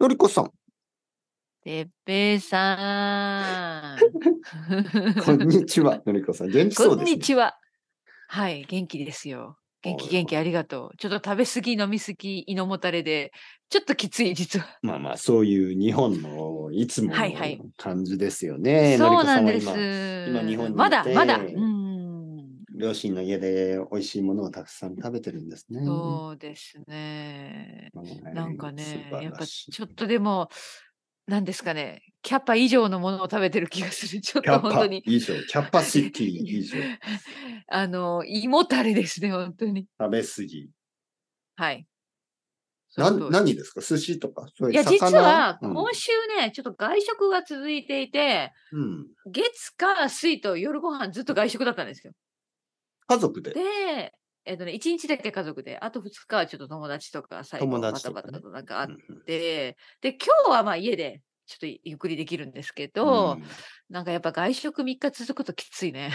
のりこさん、 てっぺいさん。 こんにちは。のりこさん、元気そこうんです、ねに。ちは。はい、元気ですよ。元気おい元気ありがとう。ちょっと食べ過ぎ飲み過ぎ胃のもたれでちょっときつい実は。まあまあ、そういう日本のいつものはいはい感じですよね。そうなんのでりこさんはす。今日本にいてまだまだ。うん。今、両親の家で美味しいものをたくさん食べてるんですね。そうですね。はいなんかね、素晴やっぱらしいちょっとでも、なんですかね、キャパ以上のものを食べてる気がする。 ちょっキャとパ本当に。以上、キャパシティ以上、食あの、胃もたれですね、本当に。べ過ぎ。はい。な そうそうん何ですか寿司とかそういいうや、魚実はうん今週ね、ちょっと外食が続いていて、うん月か水と夜ご飯ずっと外食だったんですよ。家族で。で、えっとね、1日だけ家族で、あと2日はちょっと友達とか、最後友バ達タとかバねタとなんかあっうんて、で、今日はまあ家でちょっとゆっくりできるんですけど、うんなんかやっぱ外食3日続くときついね。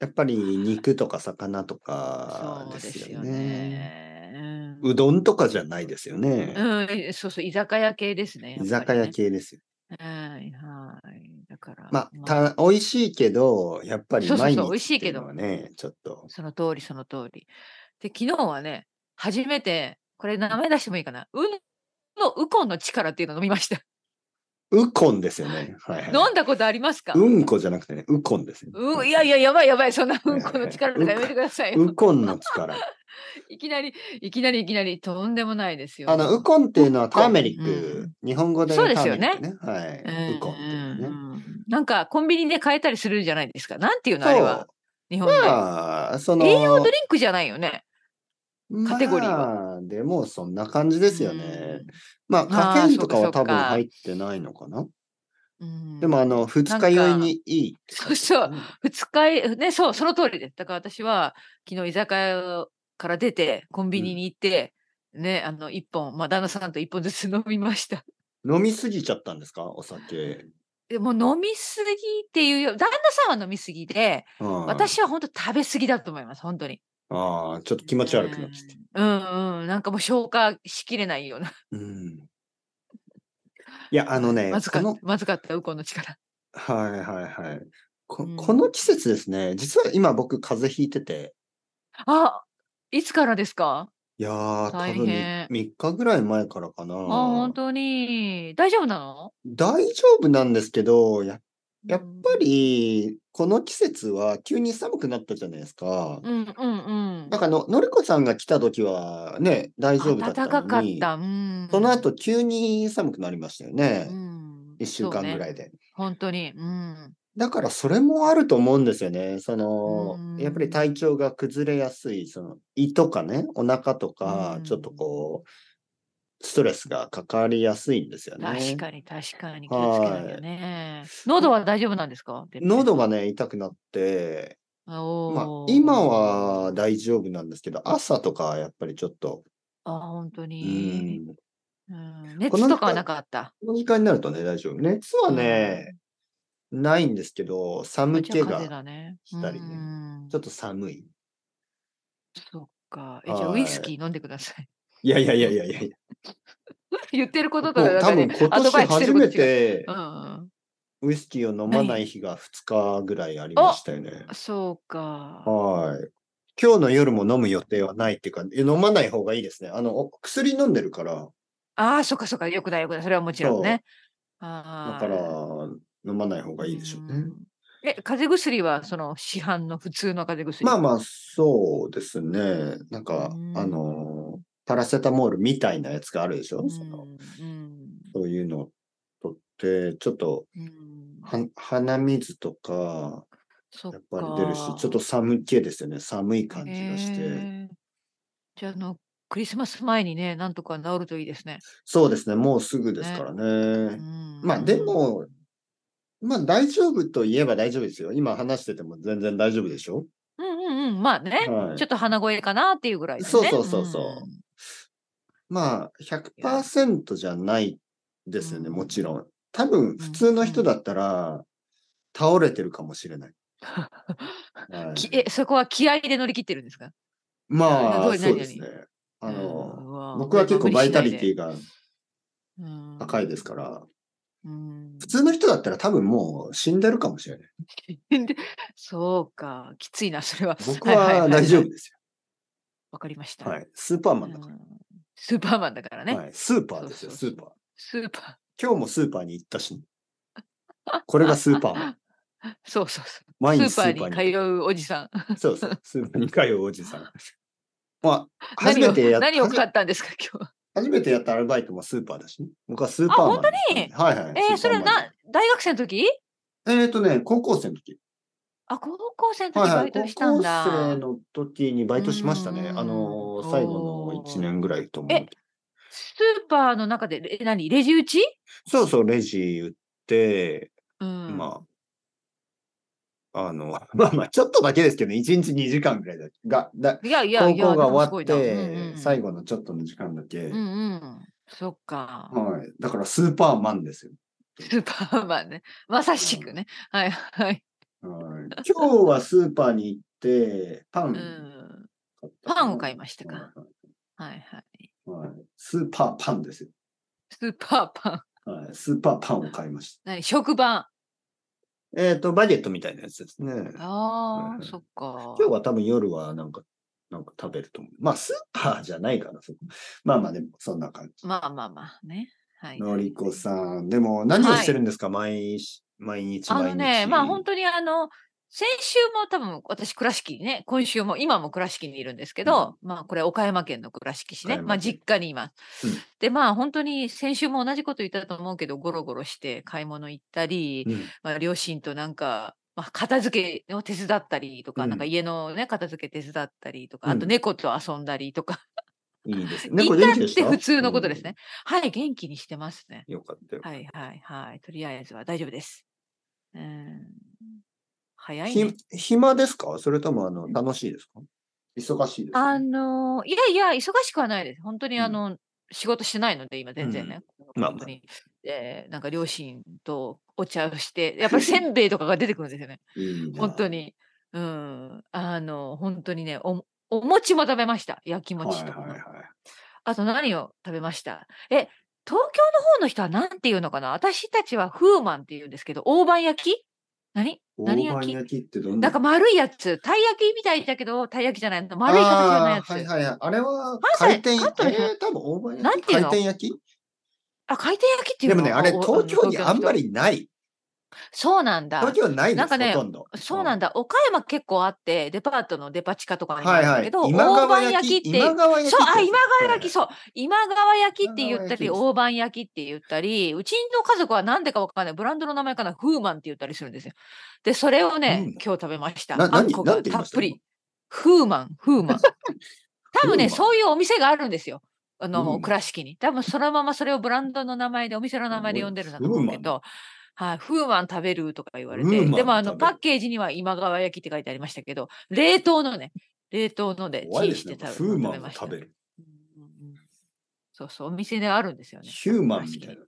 やっぱり肉とか魚とかそでうですすよよね。ね。うどんとかじゃないですよね。うん、うん、そうそう、居酒屋系ですね。居酒屋系。系ですよ。はい、はい。だから、まあ、た美味しいけど、やっぱりそうそうそう毎日美味しいっていけうどのはね、ちょっと。その通り、その通り。で、昨日はね、初めて、これ名前出してもいいかな。うの、ウコンの力っていうのを飲みま した。ウコンですよね。はいはい、飲んだことありますかうんこじゃなくてね、ウコンですよね、うん、いやいや、やばいやばい、そんなうんこの力とうんかやめてくださいよ。ウコンの 力。いきなり、いきなり、いきなり、とんでもないですよ。あの、ウコンっていうのはターメリッうクん。日本語でタそうーメでリすよねックね。はい。うん、ウコンっていううのね。んうんなんか、コンビニで買えたりするじゃないですか。なんていうの、あれはそ。日う。本で。まあ、その、栄養ドリンクじゃないよね。カテゴリーはまあ、でもそんな感じですよね。まあ、あーカフェインとかそはうか多そうか分入ってないのかな。うん。うんでも、あの、二日酔いにいいって書いてあるね。二日え、ね、そう、その通りです。だから私は、昨日居酒屋から出て、コンビニに行って、ね、あの、一本、まあ、旦那さんと一本ずつ 飲みました。飲みすぎちゃったんですかお酒。でもう飲みすぎっていうよ、旦那さんは飲みすぎで、うん、私は本当食べ過ぎだと思います、本当に。ああ、ちょっと気持ち悪くなっちゃって。うんうん、なんかもう消化しきれないような。うん。いや、あのね、 まずかこっの、、たまずかった、ウコンの力。はいはいはい。こうんこの季節ですね、実は今僕風邪ひいてて、あ、いつからですかいやー、多大分変3日ぐらい前からかな。あ、本当に。大丈夫なの大丈夫なんですけど、ややっぱ。り、この季節は急に寒くなったじゃないですか。うんうんうん。なんかの、のりこさんが来た時はね、大丈夫だった暖かかのっに、た。うん。その後急に寒くなりましたよね。うん1週間ぐらい。いで。本当に。うん。だからそれもあると思うんですよね。そのうんやっぱり体調が崩れやすい、その胃とかね、お腹とかう、んちょっとこう、ストレスがかかりやすいんですよね。確かに確かに気をつけないはよいね。喉は大丈夫なんですか喉がね、痛くなって、まあお、ー今は大丈夫なんですけど、朝とかやっぱりちょっと、あ、本当うに。ん、うんこの熱とかはなかった。この時間になるとね、大丈夫。熱はね、ないんですけど、うん、寒あじ気ゃあ風邪が、だね。したりねうんちょっと寒い。そっか。え、じゃあはウいイスキー飲んでください。 いやいやいやいやいやいや、言ってることともうなん多か分ね、今アドバ年イスして初ることめ違う。てう、んウイスキーを飲まない日が2日ぐらいありましたよね。うん、そうか。はい。今日の夜も飲む予定はないっていうか、え飲まない方がいいですね。あの、お薬飲んでるから、ああ、そっかそっか。よくないよくない。それはもちろんね。だああ。から飲まない方がいいでしょうねん。。え、風邪薬はその市販の普通の風邪薬。まあまあ、そうですね。なんかう、んあの、パラセタモールみたいなやつがあるでしょ、うんそのうんそういうのを取って、ちょっとうんは鼻水とか、そやっっぱり出るしか、ちょっと寒気ですよね。寒い感じがして。へえじゃああのクリスマス前にね、なんとか治るといいですね。そうですね。もうすぐですからねうんまあで、も、まあ大丈夫といえば大丈夫ですよ。今話してても全然大丈夫でしょうんうんうん、まあね、はいちょっと鼻声かなっていうぐらい、ね。そうそうそうそうまあ100%じゃないですよね、うんもちろん。多分普通の人だったら倒れてるかもしれない。はうんい きえ、そこは気合で乗り切ってるんですかまあ、どうそう何ですね。あの、僕僕は結構バイタリティィがうん高いですから、うん 普通の人だったら多分もう死んでるかもしれない。でそうか、きついな、それは。僕いいはいはい大丈夫ですわかりました。よ。はい。スーパーマンだかうんスーパーマンだからら。ね。はい。スーパーですよ、スそうーそうパー。スーパ今日もスーパーに行ったし。これがスーパーマン。ー。 そうそうそ毎う。日 ススーパーパーーにに通うおじさん。そう そう。スーパーに通うおじさん。まあ、 初何めをてやっ何を買初ったんですか、今日は。めてやったアルバイトもスーパーだしね、僕はスーパーマンだったんで。はいはい。えー、スそーパーれはマンな、大学生の時えっ、とね、高校生の時。あ、高校生のは時いはバい。イ高トしたん校だ。生の時にバイトしましたね。うんあのー、最後のおー1年ぐらいと思うえ。スーパーの中で、え、何レジ打ちそうそう、レジ売って、うん。まあ、あの、 まあまあ、ちょっとだけですけどね、1日2時間ぐらいだが、だいやいや高いや、校がでも終すわごっいなうんて、最後。後のちょっとの時間だけ、うんうん。そっか。はい。だからスーパーマンですよ。スーパーマンね。まさしくね。はいはい。はい 今日はスーパーに行って、パうン買ん。ったかな、パンを買いましたかはいはいはいはい。はいスーパーパンですよ。スーパーパン。はい、スーパーパンを買いまし何食パた。えっ、と、バゲットみたいなやつですね。ン。あうんあ、そっか今。日は多分夜はなんか、なんか食べると思う。まあ、スーパーじゃないかな、そこ。まあまあ、でも、そんな感じ。まあまあまあね。はい。のりこさん、でも、何をしてるんですか、毎日、毎日、あ毎日。のね、まあ本当にあの、先週も多分私倉敷にね、今週も今も倉敷にいるんですけど、まあこれ岡山県の倉敷市ね、岡山県まあ実家にいます。うんでまあ本当に先週も同じこと言ったと思うけど、ゴロゴロして買い物行ったり、うんまあ両親となんか、まあ、片付けを手伝ったりとか、うんなんか家のね、片付け手伝ったりとか、うあんと猫と遊んだりとか、いいですね。猫行った元気でっしたて普通のことですね。。うんはい、元気にしてますね。よかったよ。はいはいはい。とりあえずは大丈夫です。うん。早いねひ。暇ですかそれともあの楽しいですか忙しいですあかの、いやいや、忙しくはないです。本当にうんあの、仕事してないので、今全然ね。まあまあ本当に。えーなんか両親とお茶をして、やっぱりせんべいとかが出てくる んですよね。本当に。に。うん。あの、本当にね、お、お餅も食べました。焼きはい餅とかはね。いはい。あと何を食べましたえ、東京の方の人は何て言うのかな私たちはフーマンって言うんですけど、大判焼き何何大焼判き焼きってどんなんかあ丸いやつ。たい焼きみたいだけど、たい焼きじゃないの。丸い形のやあつ。ーはいはいはい。あれは関回西転、え関東のー、多分大判な焼んきてい回うの転焼きあ、回転焼きっていでうのもね、あれ東京にあんま。おおのの人りない。そうなんだ東。京ないでなんす、かねほとんど。そうなんだ。だ。岡山結構あって、デパートのデパ地下とかにもあはいるんはだいけど、。今大川判焼き焼きって。今川焼きそう、あ、今川はいは焼いき、そう。今川焼きって言った今川焼きでり、す大判焼きって言ったり、うちの家族は何でかわかんない。ブランドの名前かな、フーマンって言ったりするんですよ。で、それをね、うん今日食べました。なあん何こながんて言いたまっしたぷり。フーマン、フ ーマン。多分フーマンね、そういうお店があるんですよ。あフーマの、ン倉敷に。多分そのままそれをブランドの名前で、お店の名前で呼んでるんだと思うけど、はい、フーマン食べるとか言われフーマて、ンでもあの、食べパるッケージには今川焼きって書いてありましたけど、冷凍のね、冷凍ので、怖いチですねンして。食べフーマンを食べました食べる。うんうんうんそうそう、お店であるんですよね。ヒューマンみたいな。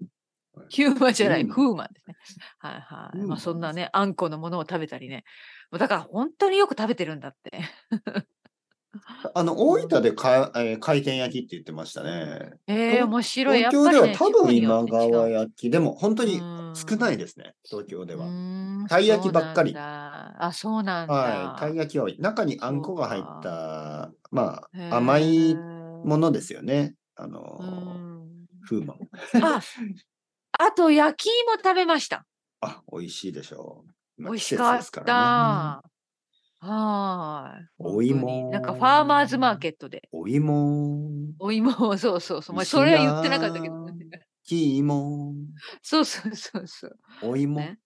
ヒューマンじゃない、フーマンフーマンですね。はいはい。フーマまンあそんなね、あんこのものを食べたりね。もうだから本当によく食べてるんだって。あの、大分でか、えー回転焼きって言ってましたね。ええ東面白い。や東っ京ぱでり、はね、多分今川焼き、でも本当きに少ないですね、東京では。たい焼きばっかりあ、そうなんだ。はい。たい焼きは多い中にあんこが入った、まあ、甘いもものですよね。あうの、ん風磨。あ、あと焼き芋食べました。あ、美味しいでしょう。ま美あ味季し節かでっすらねた。はーい。お芋本当になんかファーマーズマーケットで。お芋、お芋、そうそうそう。美まあ、味しいなそれは言ってなかったけど、ね。きい も、そうそうそうそう。お芋、ね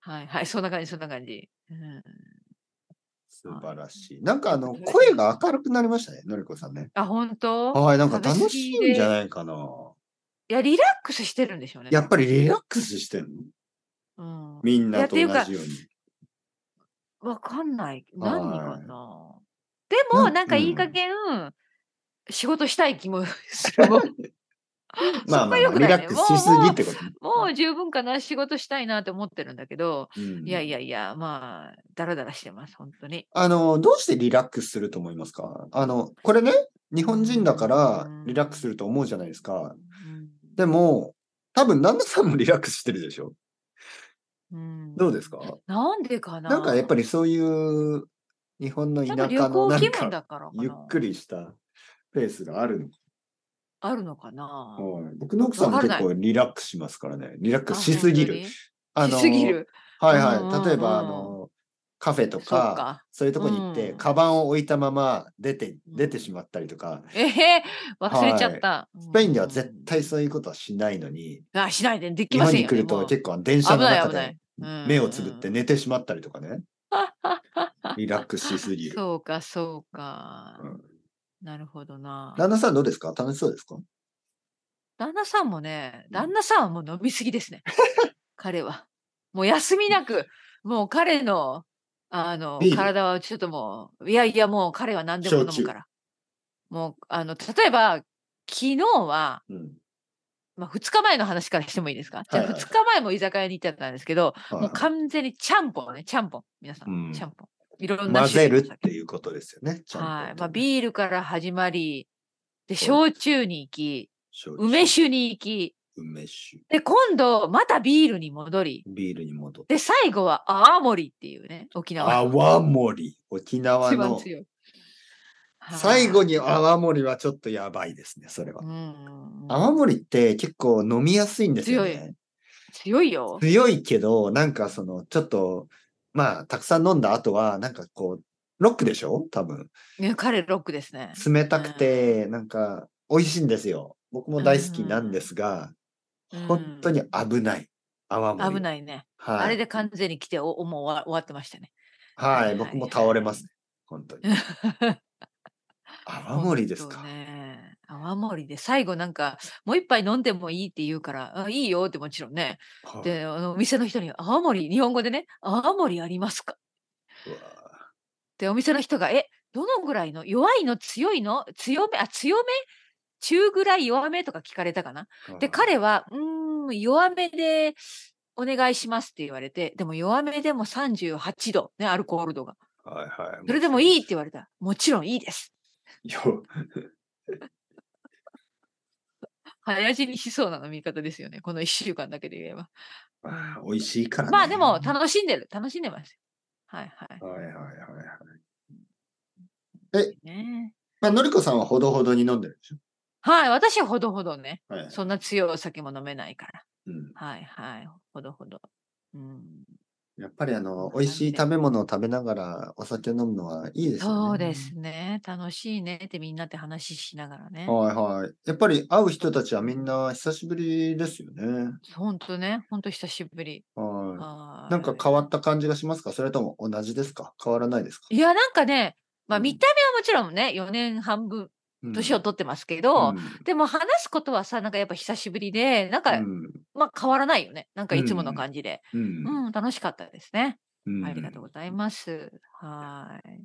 はいはい、そんな感じ、そんな感じ。うん、素晴らしい。なんかあ の、声が明るくなりましたね、のりこさんね。あ、本当はい、なんか食べ過ぎ楽しいんじゃないかな。いや、リラックスしてるんでしょうね。やっぱり。りリラックスしてんのうん、みんなと同じよいやっていうに。わかんない。はい何かな。でなも、んなんかいい加減、仕事したい気もするもん。 まあそまこあ良まあ、くリなラいねックスしすぎってことね。もう十分かな、仕事したいなって思ってるんだけど、うんいやいやいや、まあ、だらだらしてます、本当に。あの、どうしてリラックスすると思いますかあの、これね、日本人だからうんリラックスすると思うじゃないですか。うんでも、多分、旦那さんもリラックスしてるでしょうんどうですかなんでかななんかやっぱりそういう日本のな田んか舎旅の行なん気分だかからかなゆっくりしたペースがあるのあるのかなはい僕の奥さんもわか結らない構リラックスしますからね。リラックあスしすぎ本る。当あにのしすぎる。はいうんうんうはんい。例えば、あの、カフェとそか、うそうか。いうとこに行って、うんカバンを置いたまま出て、出てうんしまったりとか、えへ忘れちゃった。スペインでは絶対うそういうことはしないのに、ん。あ、しないで、でき日ま本せんによ、来ね。るともう結構電車の中で危ない危ない目をつぶっうてん寝てしまったりとか ね。リラックスしすぎる。そうか、そうか。うんなるほどな。旦那さんどうですか楽しそうですか旦那さんもねう、ん旦那さんはもう飲みすぎで すね。彼は。もう休みなく、もう彼の、あのビー、ル体はちょっともう、いやいやもう彼は何でも飲焼酎むから。もう、あの、例えば、昨日は、うん。まあ、2日前の話からしてもいいですか、はいはいじゃあ2日前も居酒屋に行ってたんですけど、はいもう完全にちゃんぽんね、ちゃんぽん。皆さん、うんちゃんぽん。いろんな混ぜるのっていうことですよね。ちゃんとはい。まあ、ビールから始まり、で、そう焼酎に行き、焼酎梅酒に行き、梅酒。で、今度、またビールに戻り、ビールに戻って。で、最後は泡盛っていうね、沖縄。泡盛。沖縄 一番の。強い。はい最後に泡盛はちょっとやばいですね、それはう。んうん。泡盛って結構飲みやすいんですよね。強いよ。強いけど、なんかその、ちょっと、まあ、たくさん飲んだ後は、なんかこう、ロックでしょ多分。ね彼、ロックですね。冷たくて、なんか、美味しいんですよ。僕も大好きなんですが、うん本当に危ない。泡盛。危い。ないね。はい。あれで完全に来て、おもう終わ終わってましたね。は、はいい僕も倒れますね。本 当に。泡盛ですほかんと。ね。泡盛で最後なんかもう一杯飲んでもいいって言うからあいいよってもちろんね。はいであのお店の人に泡盛日本語でね泡盛ありますかっうわてお店の人がえどのぐらいの弱いの強いの強めあ強め中ぐらい弱めとか聞かれたかな。ーで彼はうーん弱めでお願いしますって言われてでも弱めでも38度ねアルコール度がはいはい。それでもいいって言われたもちろんいいです。 よ早死にしそうな飲み方ですよね。この1週間だけで言えば。あー美味しいから、ね。まあでも楽しんでる。楽しんでますよ。はいはい。はいはいはいはい。ね、まあ、のりこさんはほどほどに飲んでるでしょ。はい。私はほどほどね。はい。そんな強いお酒も飲めないから。うん、はいはい。ほどほど。うん、やっぱりあの、美味しい食べ物を食べながらお酒を飲むのはいいですよね。そうです。ね。楽しいねってみんなって話しながらね。はいはい。やっぱり会う人たちはみんな久しぶりですよね。ほんとね。ほんと久しぶり。は。はいいなんか変わった感じがしますかそれとも同じですか変わらないですかいや、なんかね、まあうん見た目はもちろんね、4年半分、年を取ってますけど、うんでも話すことはさ、なんかやっぱ久しぶりで、なんか、うんまあ変わらないよね。なんかいつもうのん感じで。うんうん、楽しかったですね。うんありがとうございます。はーい。